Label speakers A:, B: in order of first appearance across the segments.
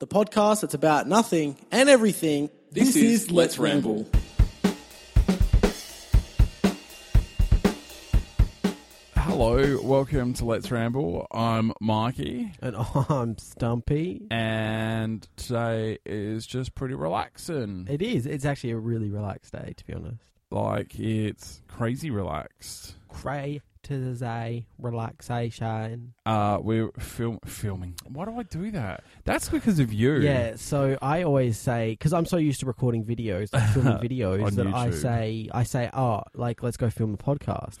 A: the podcast that's about nothing and everything.
B: This, is, Let's Ramble. Hello, welcome to Let's Ramble. I'm Mikey,
C: And I'm Stumpy.
B: and today is just pretty relaxing.
C: It is. It's actually a really relaxed day, to be honest.
B: Like, it's crazy relaxed.
C: Cray to the day, relaxation.
B: Uh, we're film- filming. Why do I do that? That's because of you.
C: Yeah, so I always say, because I'm so used to recording videos, like filming
B: On
C: videos, that I
B: YouTube.
C: say, I say, oh, like, let's go film a podcast.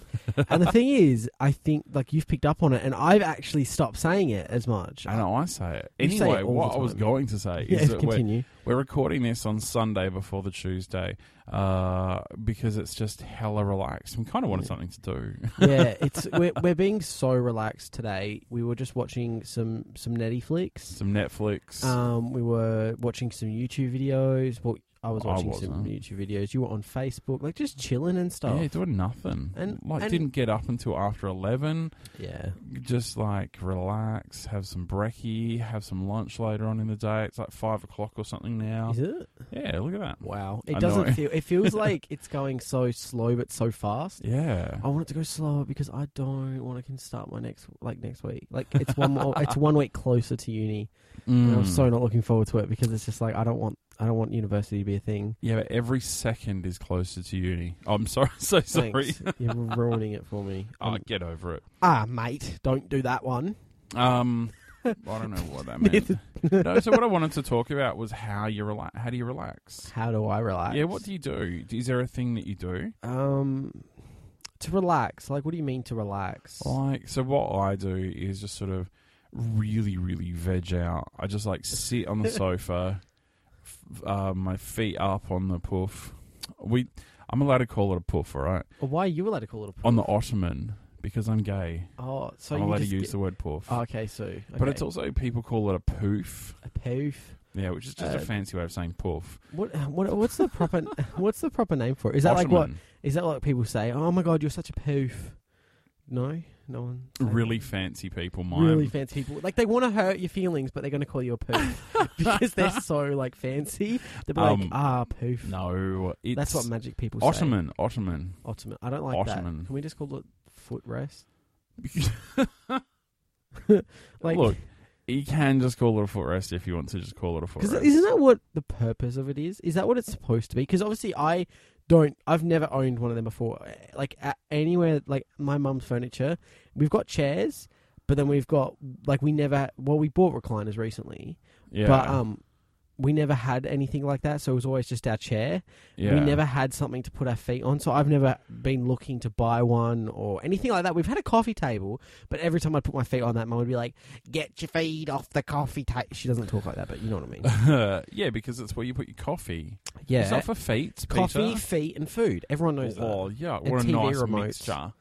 C: and the thing is, I think, like, you've picked up on it, and I've actually stopped saying it as much.
B: I know I say it.
C: You say it
B: Anyway,
C: all
B: what
C: the
B: I was
C: time.
B: going to say
C: Yeah,
B: Ah, is that we're,
C: continue.
B: we're recording this on Sunday before the Tuesday uh, because it's just hella relaxed. We kind of wanted something to do.
C: yeah, it's we're, we're being so relaxed today. We were just watching some some Netflix.
B: Some Netflix.
C: Um, we were watching some YouTube videos. Well, I was
B: I
C: watching some
B: wasn't.
C: YouTube videos. You were on Facebook, like just chilling and stuff.
B: yeah, doing nothing.
C: And-
B: like,
C: and-
B: didn't get up until after 11.
C: Yeah.
B: Just like relax, have some brekkie, have some lunch later on in the day. It's like 5 o'clock or something now.
C: Is it?
B: Yeah, look at that.
C: Wow.
B: I
C: It
B: know.
C: doesn't feel. It feels like it's going so slow but so fast.
B: Yeah.
C: I want it to go slower because I don't want to can start my next like next week. Like it's one more, it's one week closer to uni, and I'm
B: Mm.
C: so not looking forward to it because it's just like I don't want I don't want university to be a thing.
B: yeah, but every second is closer to uni. I'm sorry, so sorry.
C: Thanks, you're ruining it for me.
B: Oh,
C: Um,
B: get over it.
C: ah, mate, don't do that one.
B: Um, I don't know what that meant. no, so what I wanted to talk about was how you relax. How do you relax?
C: How do I relax?
B: Yeah, what do you do? Is there a thing that you do?
C: Um, to relax. Like, what do you mean to relax?
B: Like, so what I do is just sort of really, really veg out. I just like sit on the sofa, f- uh, my feet up on the poof. We, I'm allowed to call it a poof, all right?
C: Or Oh, why are you allowed to call it a poof?
B: On the ottoman because I'm gay.
C: oh, so
B: I'm
C: you
B: allowed to
C: just
B: use
C: get-
B: the word poof.
C: Oh, okay, so
B: But it's
C: okay.
B: also people call it a poof.
C: a poof.
B: Yeah, which is just a
C: Uh,
B: fancy way of saying poof.
C: What, what what's the proper what's the proper name for it? Is that like what
B: Ottoman.
C: is that like people say? Oh my god, you're such a poof. No, no one. say that?
B: really fancy people mind.
C: really fancy people. Like they want to hurt your feelings, but they're going to call you a poof because they're so like fancy. They're
B: Um,
C: like ah poof.
B: no, it's
C: That's what magic people say.
B: Ottoman. Ottoman.
C: Ottoman. I don't like
B: Ottoman.
C: that. Can we just call it footrest?
B: like,
C: Like-
B: Look, you can just call it a footrest if you want to. Just call it a
C: Because
B: footrest.
C: isn't that what the purpose of it is? Is that what it's supposed to be? Because obviously, I don't. I've never owned one of them before. Eh, Like at anywhere, like my mum's furniture, we've got chairs, but then we've got like we never. Well, we bought recliners recently,
B: yeah,
C: but um, we never had anything like that. So it was always just our chair.
B: yeah.
C: We never had something to put our feet on. So I've never been looking to buy one or anything like that. We've had a coffee table, but every time I put my feet on that, mum would be like, "Get your feet off the coffee table." She doesn't talk like that, but you know what I mean.
B: yeah, because it's where you put your coffee.
C: Yeah.
B: It's not for feet,
C: coffee,
B: Peter.
C: feet, and food. Everyone knows
B: Oh,
C: that.
B: yeah.
C: And
B: What a
C: TV
B: nice
C: remotes.
B: mixture.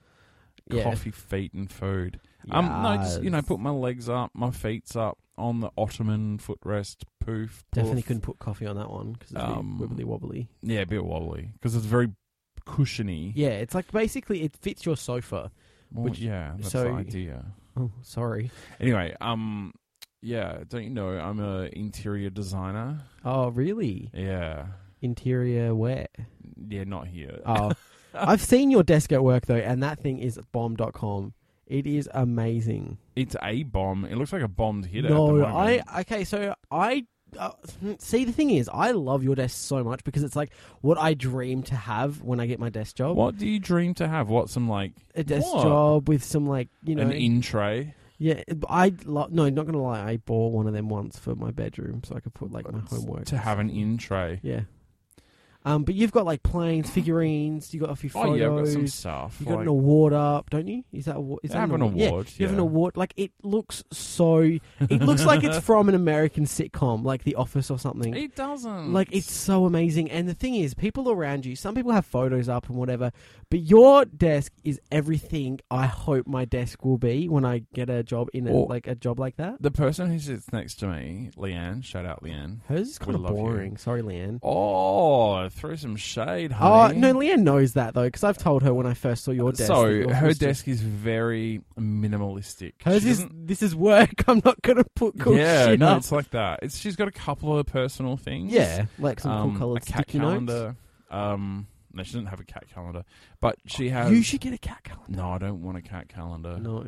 C: Yeah.
B: Coffee, feet, and food. Um, no, just you know, put my legs up, my feet's up on the Ottoman footrest. Poof.
C: Definitely
B: poof.
C: couldn't put coffee on that one because it's
B: Um,
C: wibbly wobbly.
B: Yeah, a bit wobbly because it's very cushiony.
C: Yeah, it's like basically it fits your sofa.
B: Well,
C: Which-
B: yeah, that's
C: so-
B: the idea.
C: Oh, sorry.
B: Anyway, um, yeah, don't you know I'm a interior designer?
C: Oh, really?
B: Yeah,
C: Interior wear.
B: yeah, not here.
C: Oh, I've seen your desk at work though, and that thing is bomb.com. It is amazing.
B: it's a bomb. It looks like a bombed hitter. at the
C: no,
B: moment.
C: I okay. So I uh, see. The thing is, I love your desk so much because it's like what I dream to have when I get my desk job.
B: What do you dream to have? What some like
C: A desk
B: What?
C: job with some like you know
B: an in tray?
C: Yeah, it- but I lo- no, not gonna lie. I bought one of them once for my bedroom, so I could put like my homework
B: to have an in tray.
C: Yeah, um, but you've got like planes, figurines. You got a few
B: Oh
C: photos.
B: yeah, I've got some stuff.
C: you got
B: like-
C: an award up, don't you? Is that awa- is
B: I
C: that
B: have an
C: award? Yeah,
B: award,
C: you have an
B: yeah.
C: award. Like it looks so. It looks like it's from an American sitcom, like The Office or something.
B: it doesn't
C: Like it's so amazing. And the thing is, people around you, some people have photos up and whatever, but your desk is everything I hope my desk will be when I get a job in a,
B: Or-
C: like a job like that.
B: the person who sits next to me, Leanne. Shout out, Leanne.
C: Hers is kind
B: We
C: of
B: love you.
C: boring. Sorry, Leanne.
B: Oh, throw some shade,
C: Oh
B: honey.
C: no, Leanne knows that though because I've told her when I first saw your desk.
B: So
C: that yours
B: her
C: was just-
B: desk is very minimalistic.
C: Hers
B: She
C: is
B: doesn't-
C: this is work. I'm not gonna put cool
B: yeah,
C: shit
B: no,
C: up.
B: it's like that. It's she's got a couple of personal things.
C: Yeah, like some
B: um,
C: cool coloured
B: a cat
C: sticky notes.
B: calendar. Um, no, she doesn't have a cat calendar, but she has.
C: You should get a cat calendar.
B: No, I don't want a cat calendar.
C: No.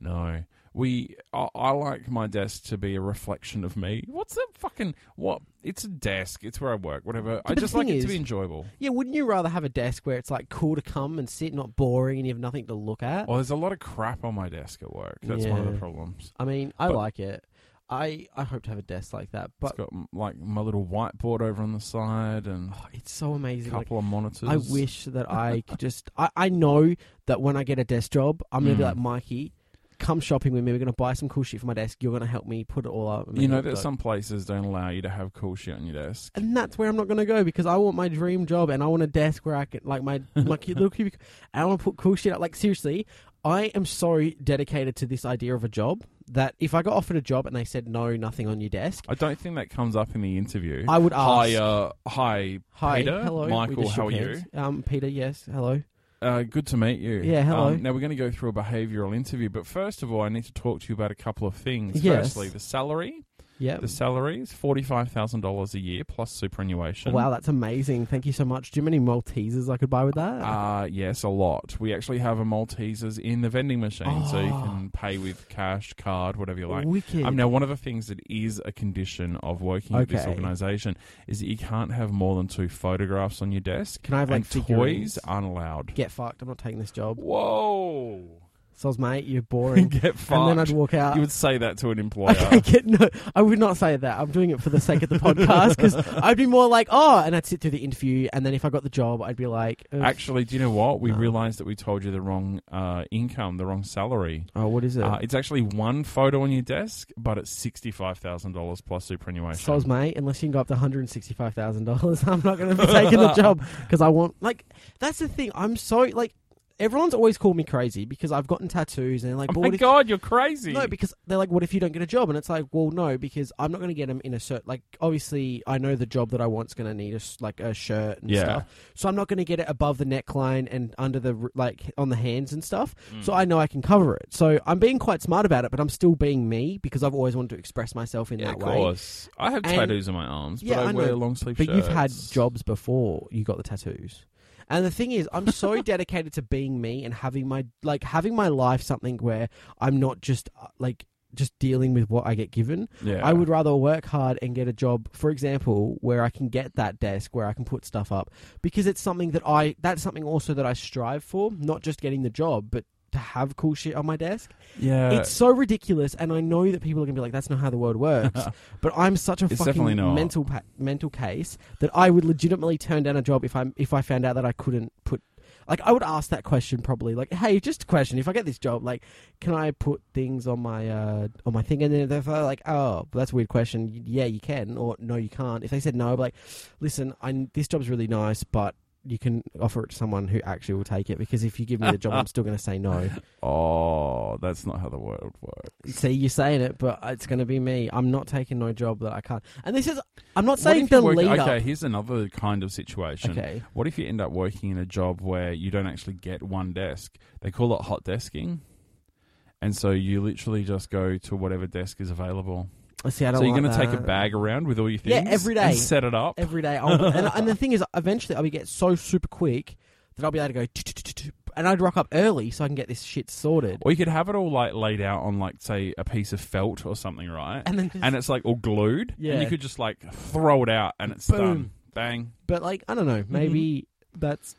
B: No. We, I, I like my desk to be a reflection of me. What's that fucking what? It's a desk. It's where I work. Whatever. I
C: but the
B: just like
C: thing
B: it to be
C: is-
B: enjoyable.
C: Yeah, wouldn't you rather have a desk where it's like cool to come and sit, not boring, and you have nothing to look at?
B: Well, there's a lot of crap on my desk at work. That's one of the
C: Uh, Yeah.
B: problems.
C: I mean, I
B: but-
C: like it. I I hope to have a desk like that, but
B: it's got m- like my little whiteboard over on the side and
C: oh, it's so
B: a
C: amazing. Like,
B: couple of monitors.
C: I wish that I could just. I, I know that when I get a desk job, I'm gonna be
B: Mm.
C: like Mikey. Come shopping with me. We're gonna buy some cool shit for my desk. You're gonna help me put it all up. and
B: You
C: make
B: know
C: it
B: that
C: dope."
B: some places don't allow you to have cool shit on your desk.
C: and that's where I'm not going to go because I want my dream job and I want a desk where I can like my my cute little cubicle. And I want to put cool shit up. Like seriously, I am so dedicated to this idea of a job that if I got offered a job and they said no, nothing on your desk,
B: I don't think that comes up in the interview.
C: I would ask.
B: hi, uh, hi,
C: Hi,
B: Peter,
C: hello, we
B: Michael,
C: just
B: how
C: shook
B: are you?
C: hands. Um, Peter, yes, hello.
B: Uh, good to meet you.
C: Yeah, hello.
B: Um, now we're going to go through a behavioural interview, but first of all, I need to talk to you about a couple of things.
C: Yes.
B: Firstly, the salary.
C: Yeah.
B: The salary is forty-five thousand dollars a year plus superannuation.
C: Wow, that's amazing. Thank you so much. Do you have any Maltesers I could buy with that?
B: Uh, yes, a lot. We actually have a Maltesers in the vending machine, so you
C: Oh.
B: can pay with cash, card, whatever you like.
C: Wicked.
B: Um, now, one of the things that is a condition of working at this
C: Okay.
B: organisation is that you can't have more than two photographs on your desk.
C: Can I have like
B: and
C: figurines?
B: toys aren't allowed.
C: Get fucked. I'm not taking this job.
B: Whoa!
C: Soz mate, you're boring.
B: Get fucked.
C: and then I'd walk out.
B: you would say that to an employer.
C: I get no. I would not say that. I'm doing it for the sake of the podcast because I'd be more like, oh, and I'd sit through the interview, and then if I got the job, I'd be like, ugh.
B: Actually, do you know what? We
C: No.
B: realised that we told you the wrong uh, income, the wrong salary.
C: oh, what is it?
B: Uh, it's actually one photo on your desk, but it's sixty-five thousand dollars plus superannuation.
C: Soz, mate, unless you can go up to $165,000, I'm not going to be taking the job because I want, like, that's the thing. I'm so, like, everyone's always called me crazy because I've gotten tattoos and they're like,
B: oh
C: "But
B: my
C: what if
B: god, you're crazy!
C: No, because they're like, what if you don't get a job? And it's like, well, no, because I'm not going to get them in a certain. Like, obviously, I know the job that I want's going to need a s like a shirt and
B: Yeah.
C: stuff. So I'm not going to get it above the neckline and under the r- like on the hands and stuff.
B: Mm.
C: So I know I can cover it. So I'm being quite smart about it, but I'm still being me because I've always wanted to express myself in
B: yeah,
C: that
B: of
C: way.
B: course. I have
C: And-
B: tattoos on my arms,
C: Yeah,
B: but I,
C: I
B: wear
C: know.
B: long sleeve
C: But
B: shirts.
C: you've had jobs before you got the tattoos. And the thing is, I'm so dedicated to being me and having my like having my life something where I'm not just uh, like just dealing with what I get given.
B: Yeah,
C: I would rather work hard and get a job, for example, where I can get that desk where I can put stuff up because it's something that I that's something also that I strive for, not just getting the job, but to have cool shit on my desk.
B: Yeah,
C: it's so ridiculous and I know that people are going to be like that's not how the world works, but I'm such a
B: It's definitely
C: fucking
B: not.
C: mental pa- mental case that I would legitimately turn down a job if I if I found out that I couldn't put like I would ask that question probably like hey just a question if I get this job like can I put things on my uh, on my thing? And then they're like, oh, that's a weird question. Y- Yeah, you can, or no, you can't. If they said no, I'd be like, listen, I, this job's really nice, but you can offer it to someone who actually will take it because if you give me the job, I'm still going to say no.
B: oh, that's not how the world works.
C: See, you're saying it, but it's going to be me. I'm not taking no job that I can't. And this is, I'm not
B: What
C: saying
B: if you
C: the
B: work-
C: lead
B: okay,
C: up.
B: here's another kind of situation.
C: Okay.
B: What if you end up working in a job where you don't actually get one desk? They call it hot desking. And so you literally just go to whatever desk is available.
C: Let's see. I don't
B: So you're
C: like
B: going to take a
C: that.
B: bag around with all your
C: Yeah,
B: things
C: every day.
B: and set it up.
C: every day. I'll, and, and the thing is, eventually I'll be get so super quick that I'll be able to go, "Tut-tut-tut-tut," and I'd rock up early so I can get this shit sorted.
B: Or you could have it all like laid out on like say a piece of felt or something, right?
C: And then just
B: And it's like all glued. And
C: Yeah.
B: you could just like throw it out and it's
C: Boom.
B: done. Bang.
C: But like, I don't know. Maybe that's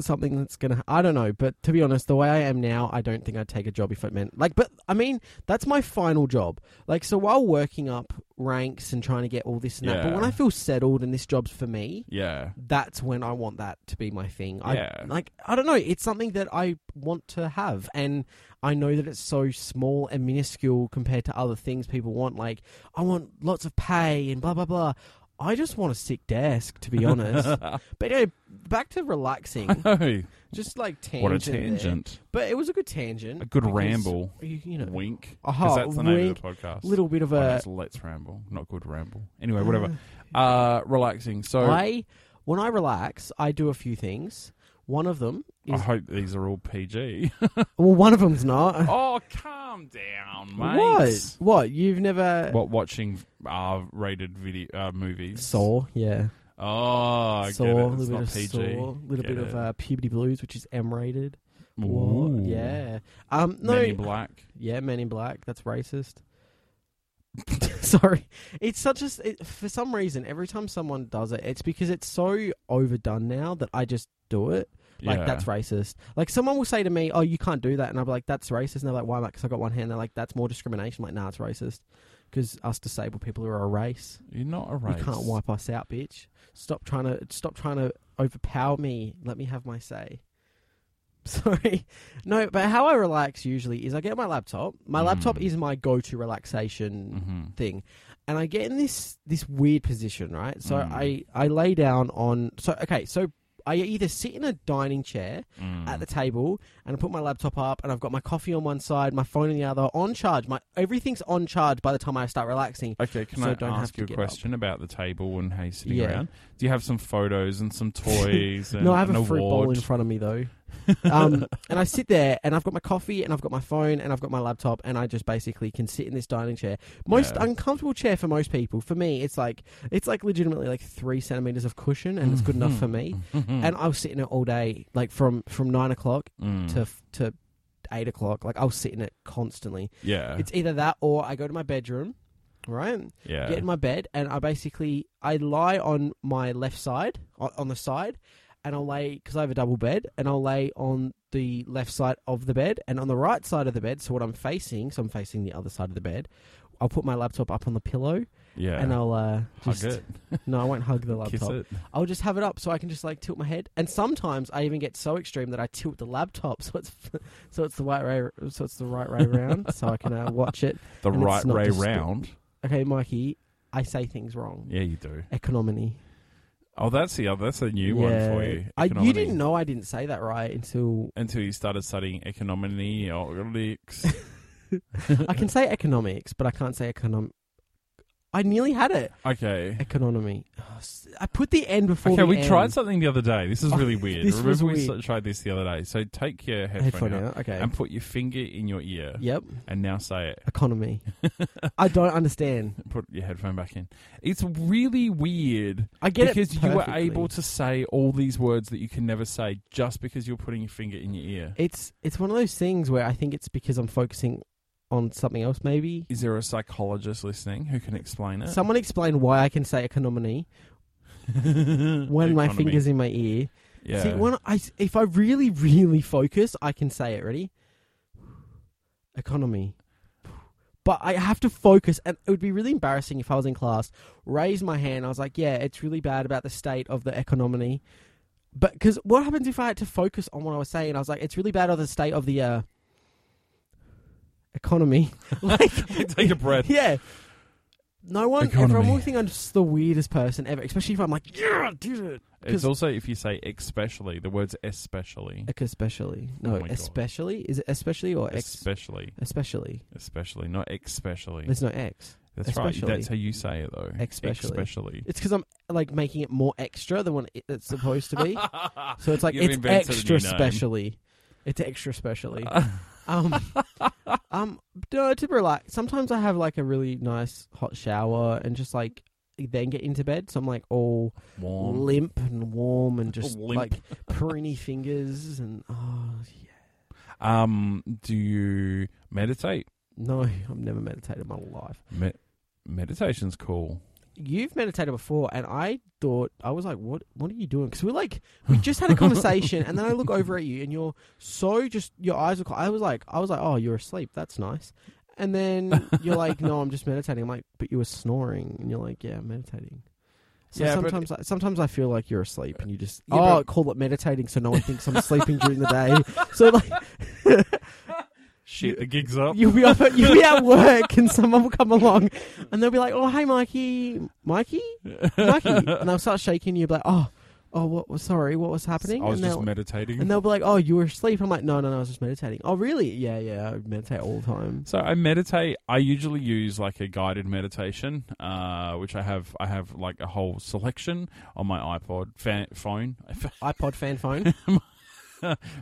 C: something that's gonna. I don't know. But to be honest, the way I am now, I don't think I'd take a job if it meant like. But I mean, that's my final job. Like, so while working up ranks and trying to get all this and that, but when
B: Yeah.
C: I feel settled and this job's for me,
B: Yeah.
C: that's when I want that to be my thing. I,
B: Yeah.
C: Like, I don't know. It's something that I want to have. And I know that it's so small and minuscule compared to other things people want. Like, I want lots of pay and blah, blah, blah. I just want a sick desk, to be honest. but anyway, back to relaxing.
B: Oh,
C: Just like tangent.
B: what a
C: there.
B: tangent.
C: But it was a good tangent.
B: A good
C: because
B: ramble.
C: You, you know,
B: Wink.
C: Aha,
B: Because that's the name
C: wink.
B: of the podcast.
C: little bit of
B: Oh, no,
C: a.
B: Ah. it's let's ramble, not good ramble. Anyway, whatever. Uh, relaxing. So
C: I when I relax, I do a few things. One of them
B: I
C: is
B: hope these are all PG.
C: well, one of them's not.
B: oh, calm down,
C: what?
B: mate.
C: What? You've never
B: What watching uh, rated video uh, movies?
C: saw? Yeah,
B: Oh, I
C: saw
B: get it.
C: a
B: It's
C: little
B: not
C: bit of
B: PG.
C: saw, little
B: Get
C: bit
B: it.
C: of uh, puberty blues, which is M-rated. What?
B: Ooh.
C: Yeah. Um. No.
B: Men in Black.
C: Yeah, Men in Black. That's racist. Sorry, it's such a s- it, for some reason every time someone does it, it's because it's so overdone now that I just do it. Like
B: Yeah.
C: that's racist. Like someone will say to me, "Oh, you can't do that," and I'll be like, "That's racist." And they're like, "Why not?" Because I got one hand. They're like, "That's more discrimination." I'm like, nah, it's racist. Because us disabled people are a race.
B: You're not a race.
C: You can't wipe us out, bitch. Stop trying to stop trying to overpower me. Let me have my say. Sorry. No, but how I relax usually is I get my laptop. My laptop
B: Mm.
C: is my go-to relaxation
B: hmm
C: thing and i get in this this weird position right so
B: Mm.
C: i i lay down on so okay so i either sit in a dining chair
B: Mm.
C: at the table and i put my laptop up and i've got my coffee on one side my phone on the other on charge my everything's on charge by the time i start relaxing
B: Okay, can
C: So
B: I
C: don't have
B: ask
C: to
B: you a
C: get
B: question about the table and how you're sitting
C: Yeah.
B: around? Do you have some photos and some toys and
C: no i have
B: an
C: a fruit bowl
B: award?
C: in front of me though um, and i sit there and i've got my coffee and i've got my phone and i've got my laptop and i just basically can sit in this dining chair most
B: Yeah.
C: uncomfortable chair for most people for me it's like it's like legitimately like three centimeters of cushion and it's good enough
B: Mm-hmm.
C: for me and I was sitting it all day, like from from nine o'clock
B: Mm.
C: to to eight o'clock. Like I was sitting it constantly.
B: yeah,
C: It's either that or I go to my bedroom, right?
B: yeah.
C: Get in my bed and I basically I lie on my left side on, on the side, and I'll lay because I have a double bed, and I'll lay on the left side of the bed and on the right side of the bed. So what I'm facing, so I'm facing the other side of the bed. I'll put my laptop up on the pillow
B: yeah.
C: and I'll uh,
B: Hug
C: just
B: it,
C: no, I won't hug the
B: kiss
C: laptop.
B: it.
C: I'll just have it up so I can just like tilt my head. And sometimes I even get so extreme that I tilt the laptop so it's so it's the right way so it's the right way around so I can uh, watch it.
B: The
C: and it's
B: right
C: not
B: way
C: just-
B: round.
C: Okay, Mikey, I say things wrong.
B: Yeah, you do.
C: Economy.
B: Oh, that's the other. That's a new one for you.
C: I, you
B: Economy.
C: didn't know I didn't say that right until
B: until you started studying economy or economics.
C: I can say economics, but I can't say econom. I nearly had it.
B: okay.
C: Economy. Oh, s- I put the end before.
B: Okay,
C: the
B: we
C: end.
B: tried something the other day. This is really weird.
C: This
B: Remember
C: was
B: we
C: weird.
B: s- tried this the other day. So take your headphone,
C: headphone
B: out,
C: out. Okay.
B: and put your finger in your ear
C: yep.
B: and now say it.
C: Economy. I don't understand.
B: Put your headphone back in. It's really weird
C: I get
B: because
C: it
B: you were
C: perfectly.
B: able to say all these words that you can never say just because you're putting your finger in your ear.
C: It's it's one of those things where I think it's because I'm focusing on something else. Maybe
B: Is there a psychologist listening who can explain it?
C: someone explain why I can say economy when my
B: Economy.
C: fingers in my ear.
B: Yeah.
C: See, when I if I really really focus, I can say it. Ready? Economy. But I have to focus, and it would be really embarrassing if I was in class, raise my hand. I was like, "Yeah, it's really bad about the state of the economy." But because what happens if I had to focus on what I was saying? I was like, "It's really bad on the state of the uh, economy." like,
B: Take a breath.
C: yeah. No one, everyone
B: Economy.
C: will think I'm just the weirdest person ever, especially if I'm like, yeah, dude. it.
B: It's
C: 'Cause-
B: also if you say especially, the words especially.
C: Like especially. No,
B: Oh my God.
C: especially? Is it especially or ex?
B: Especially.
C: especially.
B: Especially. Not especially.
C: There's no X.
B: That's
C: especially.
B: right. That's how you say it though.
C: Especially.
B: Especially.
C: It's because I'm like making it more extra than what it- it's supposed to be. so it's like,
B: You've
C: it's
B: invented a new
C: extra
B: name.
C: specially. It's extra specially. um, um, no, to relax. Sometimes I have like a really nice hot shower and just like then get into bed. So I'm like all
B: Warm.
C: limp and warm and just
B: Limp.
C: like perenny fingers and oh yeah.
B: Um, do you meditate?
C: No, I've never meditated in my life.
B: Me- meditation's cool.
C: You've meditated before, and I thought I was like, "What? What are you doing?" Because we're like, we just had a conversation, and then I look over at you, and you're so just your eyes are. clo- I was like, I was like, "Oh, you're asleep. That's nice." And then you're like, "No, I'm just meditating." I'm like, "But you were snoring," and you're like, "Yeah, I'm meditating." So
B: Yeah, but-
C: sometimes, I, sometimes I feel like you're asleep, and you just
B: Yeah,
C: oh,
B: but-
C: call it meditating, so no one thinks I'm sleeping during the day. So like,
B: Shit, the gig's up.
C: You'll be up at, you'll be at work and someone will come along and they'll be like, "Oh, hey, Mikey, Mikey, Mikey," and they'll start shaking you. You'll be like, "Oh, oh, what was sorry, what was happening?
B: I was
C: and
B: just
C: they'll,
B: meditating.
C: and they'll be like, oh, you were asleep. I'm like, no, no, no, I was just meditating. Oh, really? Yeah, yeah, I meditate all the time.
B: So I meditate. I usually use like a guided meditation, uh, which I have. I have like a whole selection on my iPod fa- phone,
C: iPod fan phone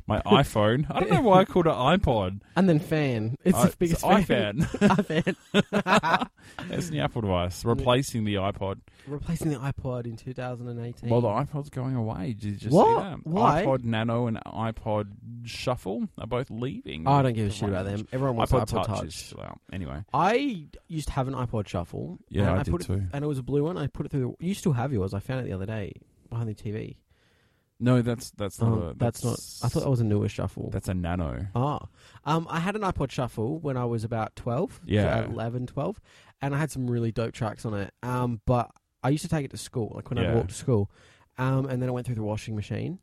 B: my iPhone. I don't know why I called it iPod.
C: and then fan. It's
B: I,
C: the biggest fan.
B: iPhone.
C: iPad.
B: it's the Apple device replacing the iPod.
C: Replacing the iPod in 2018.
B: Well, the iPod's going away. Did you just
C: What?
B: see that?
C: Why?
B: iPod Nano and iPod Shuffle are both leaving.
C: Oh, I don't give a shit about them. Everyone wants
B: iPod,
C: iPod,
B: Touch.
C: Touch.
B: is still out. Anyway,
C: I used to have an iPod Shuffle.
B: yeah,
C: and
B: I, did
C: put it,
B: too.
C: And it was a blue one. I put it through. The, you still have yours. I found it the other day behind the TV.
B: No, that's that's not.
C: Oh,
B: a,
C: that's, not. I thought that was a newer Shuffle.
B: that's a Nano.
C: Ah, um, I had an iPod Shuffle when I was about 12,
B: Yeah.
C: so 11, 12, and I had some really dope tracks on it. Um, but I used to take it to school, like when
B: Yeah.
C: I walked to school, um, and then I went through the washing machine.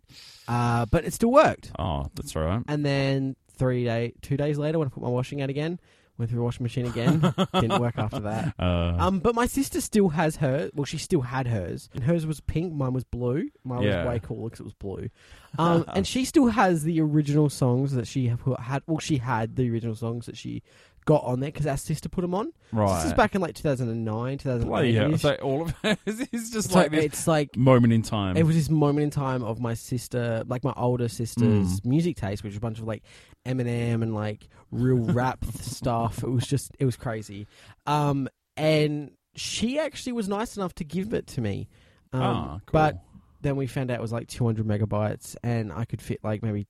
C: Uh, but it still worked.
B: Oh, that's all right.
C: And then three day, two days later, when I put my washing out again, went through the washing machine again. Didn't work after that.
B: Uh,
C: Um, but my sister still has her. Well, she still had hers, and hers was pink. Mine was blue. Mine
B: Yeah.
C: was way cooler because it was blue. Um, and she still has the original songs that she have- had. Well, she had the original songs that she got on there because our sister put them on.
B: right.
C: This is back in like 2009, 2008.
B: Bloody hell. So all of it's just
C: it's
B: like
C: like,
B: this
C: it's like
B: moment in time.
C: it was this moment in time of my sister, like my older sister's music taste, which was a bunch of like Eminem and like real rap stuff. It was just, it was crazy. Um, and she actually was nice enough to give it to me. Um,
B: ah, cool.
C: But then we found out it was like 200 megabytes, and I could fit like maybe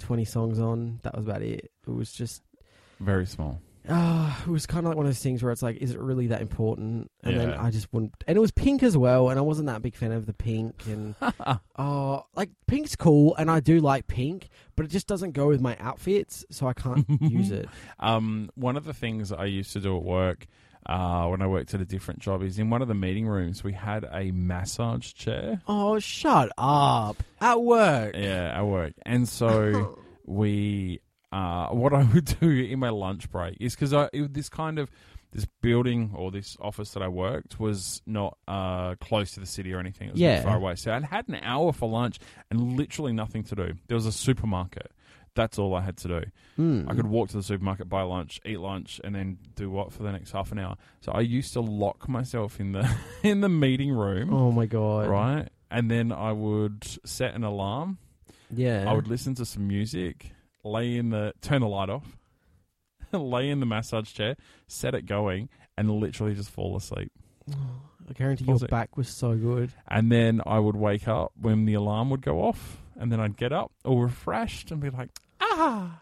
C: 20 songs on. That was about it. It was just.
B: very small.
C: Uh, it was kind of like one of those things where it's like, is it really that important? And then
B: Yeah.
C: I just wouldn't. And it was pink as well, and I wasn't that big fan of the pink. And Oh, like pink's cool, and I do like pink, but it just doesn't go with my outfits, so I can't use it.
B: Um, one of the things I used to do at work uh, when I worked at a different job is in one of the meeting rooms we had a massage chair.
C: Oh, shut up! At work,
B: Yeah, at work, and so we. Uh, what I would do in my lunch break is because I it, this kind of this building or this office that I worked was not uh, close to the city or anything. It was a bit
C: Yeah.
B: far away, so I had an hour for lunch and literally nothing to do. There was a supermarket. That's all I had to do.
C: Hmm.
B: I could walk to the supermarket, buy lunch, eat lunch, and then do what for the next half an hour. So I used to lock myself in the in the meeting room,
C: Oh my god!
B: right? And then I would set an alarm.
C: Yeah.
B: I would listen to some music, lay in the turn the light off, lay in the massage chair, set it going, and literally just fall asleep.
C: I guarantee your
B: Pause it.
C: back was so good.
B: And then I would wake up when the alarm would go off, and then I'd get up all refreshed and be like, ah,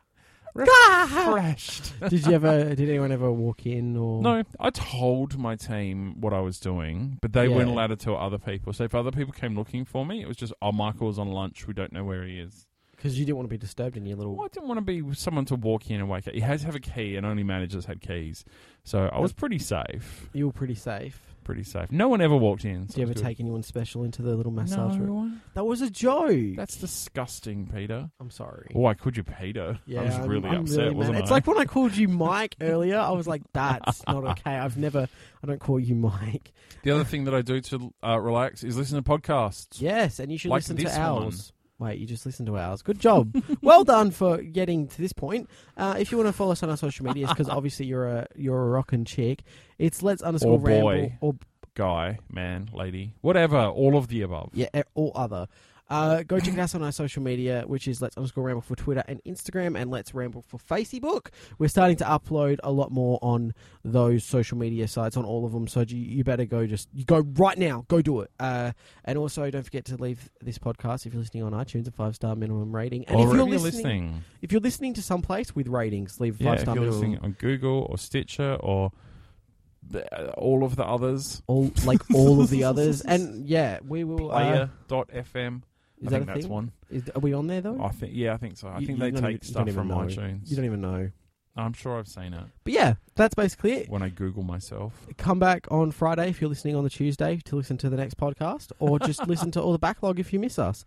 B: refreshed.
C: Did you ever? did anyone ever walk in or?
B: No, I told my team what I was doing, but they weren't
C: Yeah.
B: allowed to tell other people. So if other people came looking for me, it was just, oh, Michael's on lunch. We don't know where he is.
C: because you didn't want to be disturbed in your little.
B: Well, I didn't want to be someone to walk in and wake up. He had to have a key, and only managers had keys. So I was pretty safe.
C: You were pretty safe.
B: Pretty safe. No one ever walked in.
C: Did
B: So
C: you
B: it
C: ever
B: was
C: take anyone special into the little
B: good.
C: massage
B: no,
C: room? That was a joke.
B: That's disgusting, Peter.
C: I'm sorry.
B: Why could you, Peter? I was
C: I'm-
B: really
C: I'm
B: upset,
C: really mad.
B: wasn't
C: It's
B: I?
C: like when I called you Mike earlier, I was like, that's not okay. I've never, I don't call you Mike.
B: the other thing that I do to uh, relax is listen to podcasts.
C: Yes, and you should
B: Like
C: listen to
B: this one.
C: ours. Wait, you just listened to ours. Good job. well done for getting to this point. Uh, if you want to follow us on our social medias, because obviously you're a you're a rockin' chick, it's let's underscore
B: Or Oh, boy.
C: ramble Oh, or
B: Guy, man, lady, whatever, all of the above.
C: Yeah, e- or other. Uh, go check us on our social media, which is Let's Underscore Ramble for Twitter and Instagram, and Let's Ramble for Facebook. We're starting to upload a lot more on those social media sites, on all of them. So you, you better go just you go right now. Go do it. Uh, and also, don't forget to leave this podcast if you're listening on iTunes a five star minimum rating. And
B: or
C: if you're
B: if
C: listening, if you're listening to someplace with ratings, leave a
B: yeah,
C: five
B: if
C: star
B: you're
C: minimum.
B: listening on Google or Stitcher or the, uh, all of the others,
C: All like all of the others, and yeah, we will. Uh,
B: player.fm.
C: is that
B: I think
C: a
B: that's
C: thing?
B: one. Oh,
C: Is, are we on there though?
B: I think, yeah, I think so. I
C: You-
B: think
C: you
B: they
C: don't even-
B: take
C: you don't
B: stuff
C: even
B: from
C: know.
B: iTunes.
C: you don't even know.
B: I'm sure I've seen it
C: But yeah, that's basically it.
B: when I Google myself.
C: Come back on Friday if you're listening on the Tuesday to listen to the next podcast, or just listen to all the backlog if you miss us.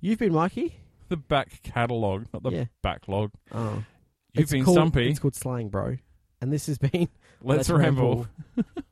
C: You've been Mikey.
B: The back catalogue, not the
C: Yeah.
B: backlog.
C: Oh,
B: You've
C: It's
B: been
C: called-
B: Stumpy.
C: It's called slang, bro. And this has been
B: Let's, ramble.
C: ramble.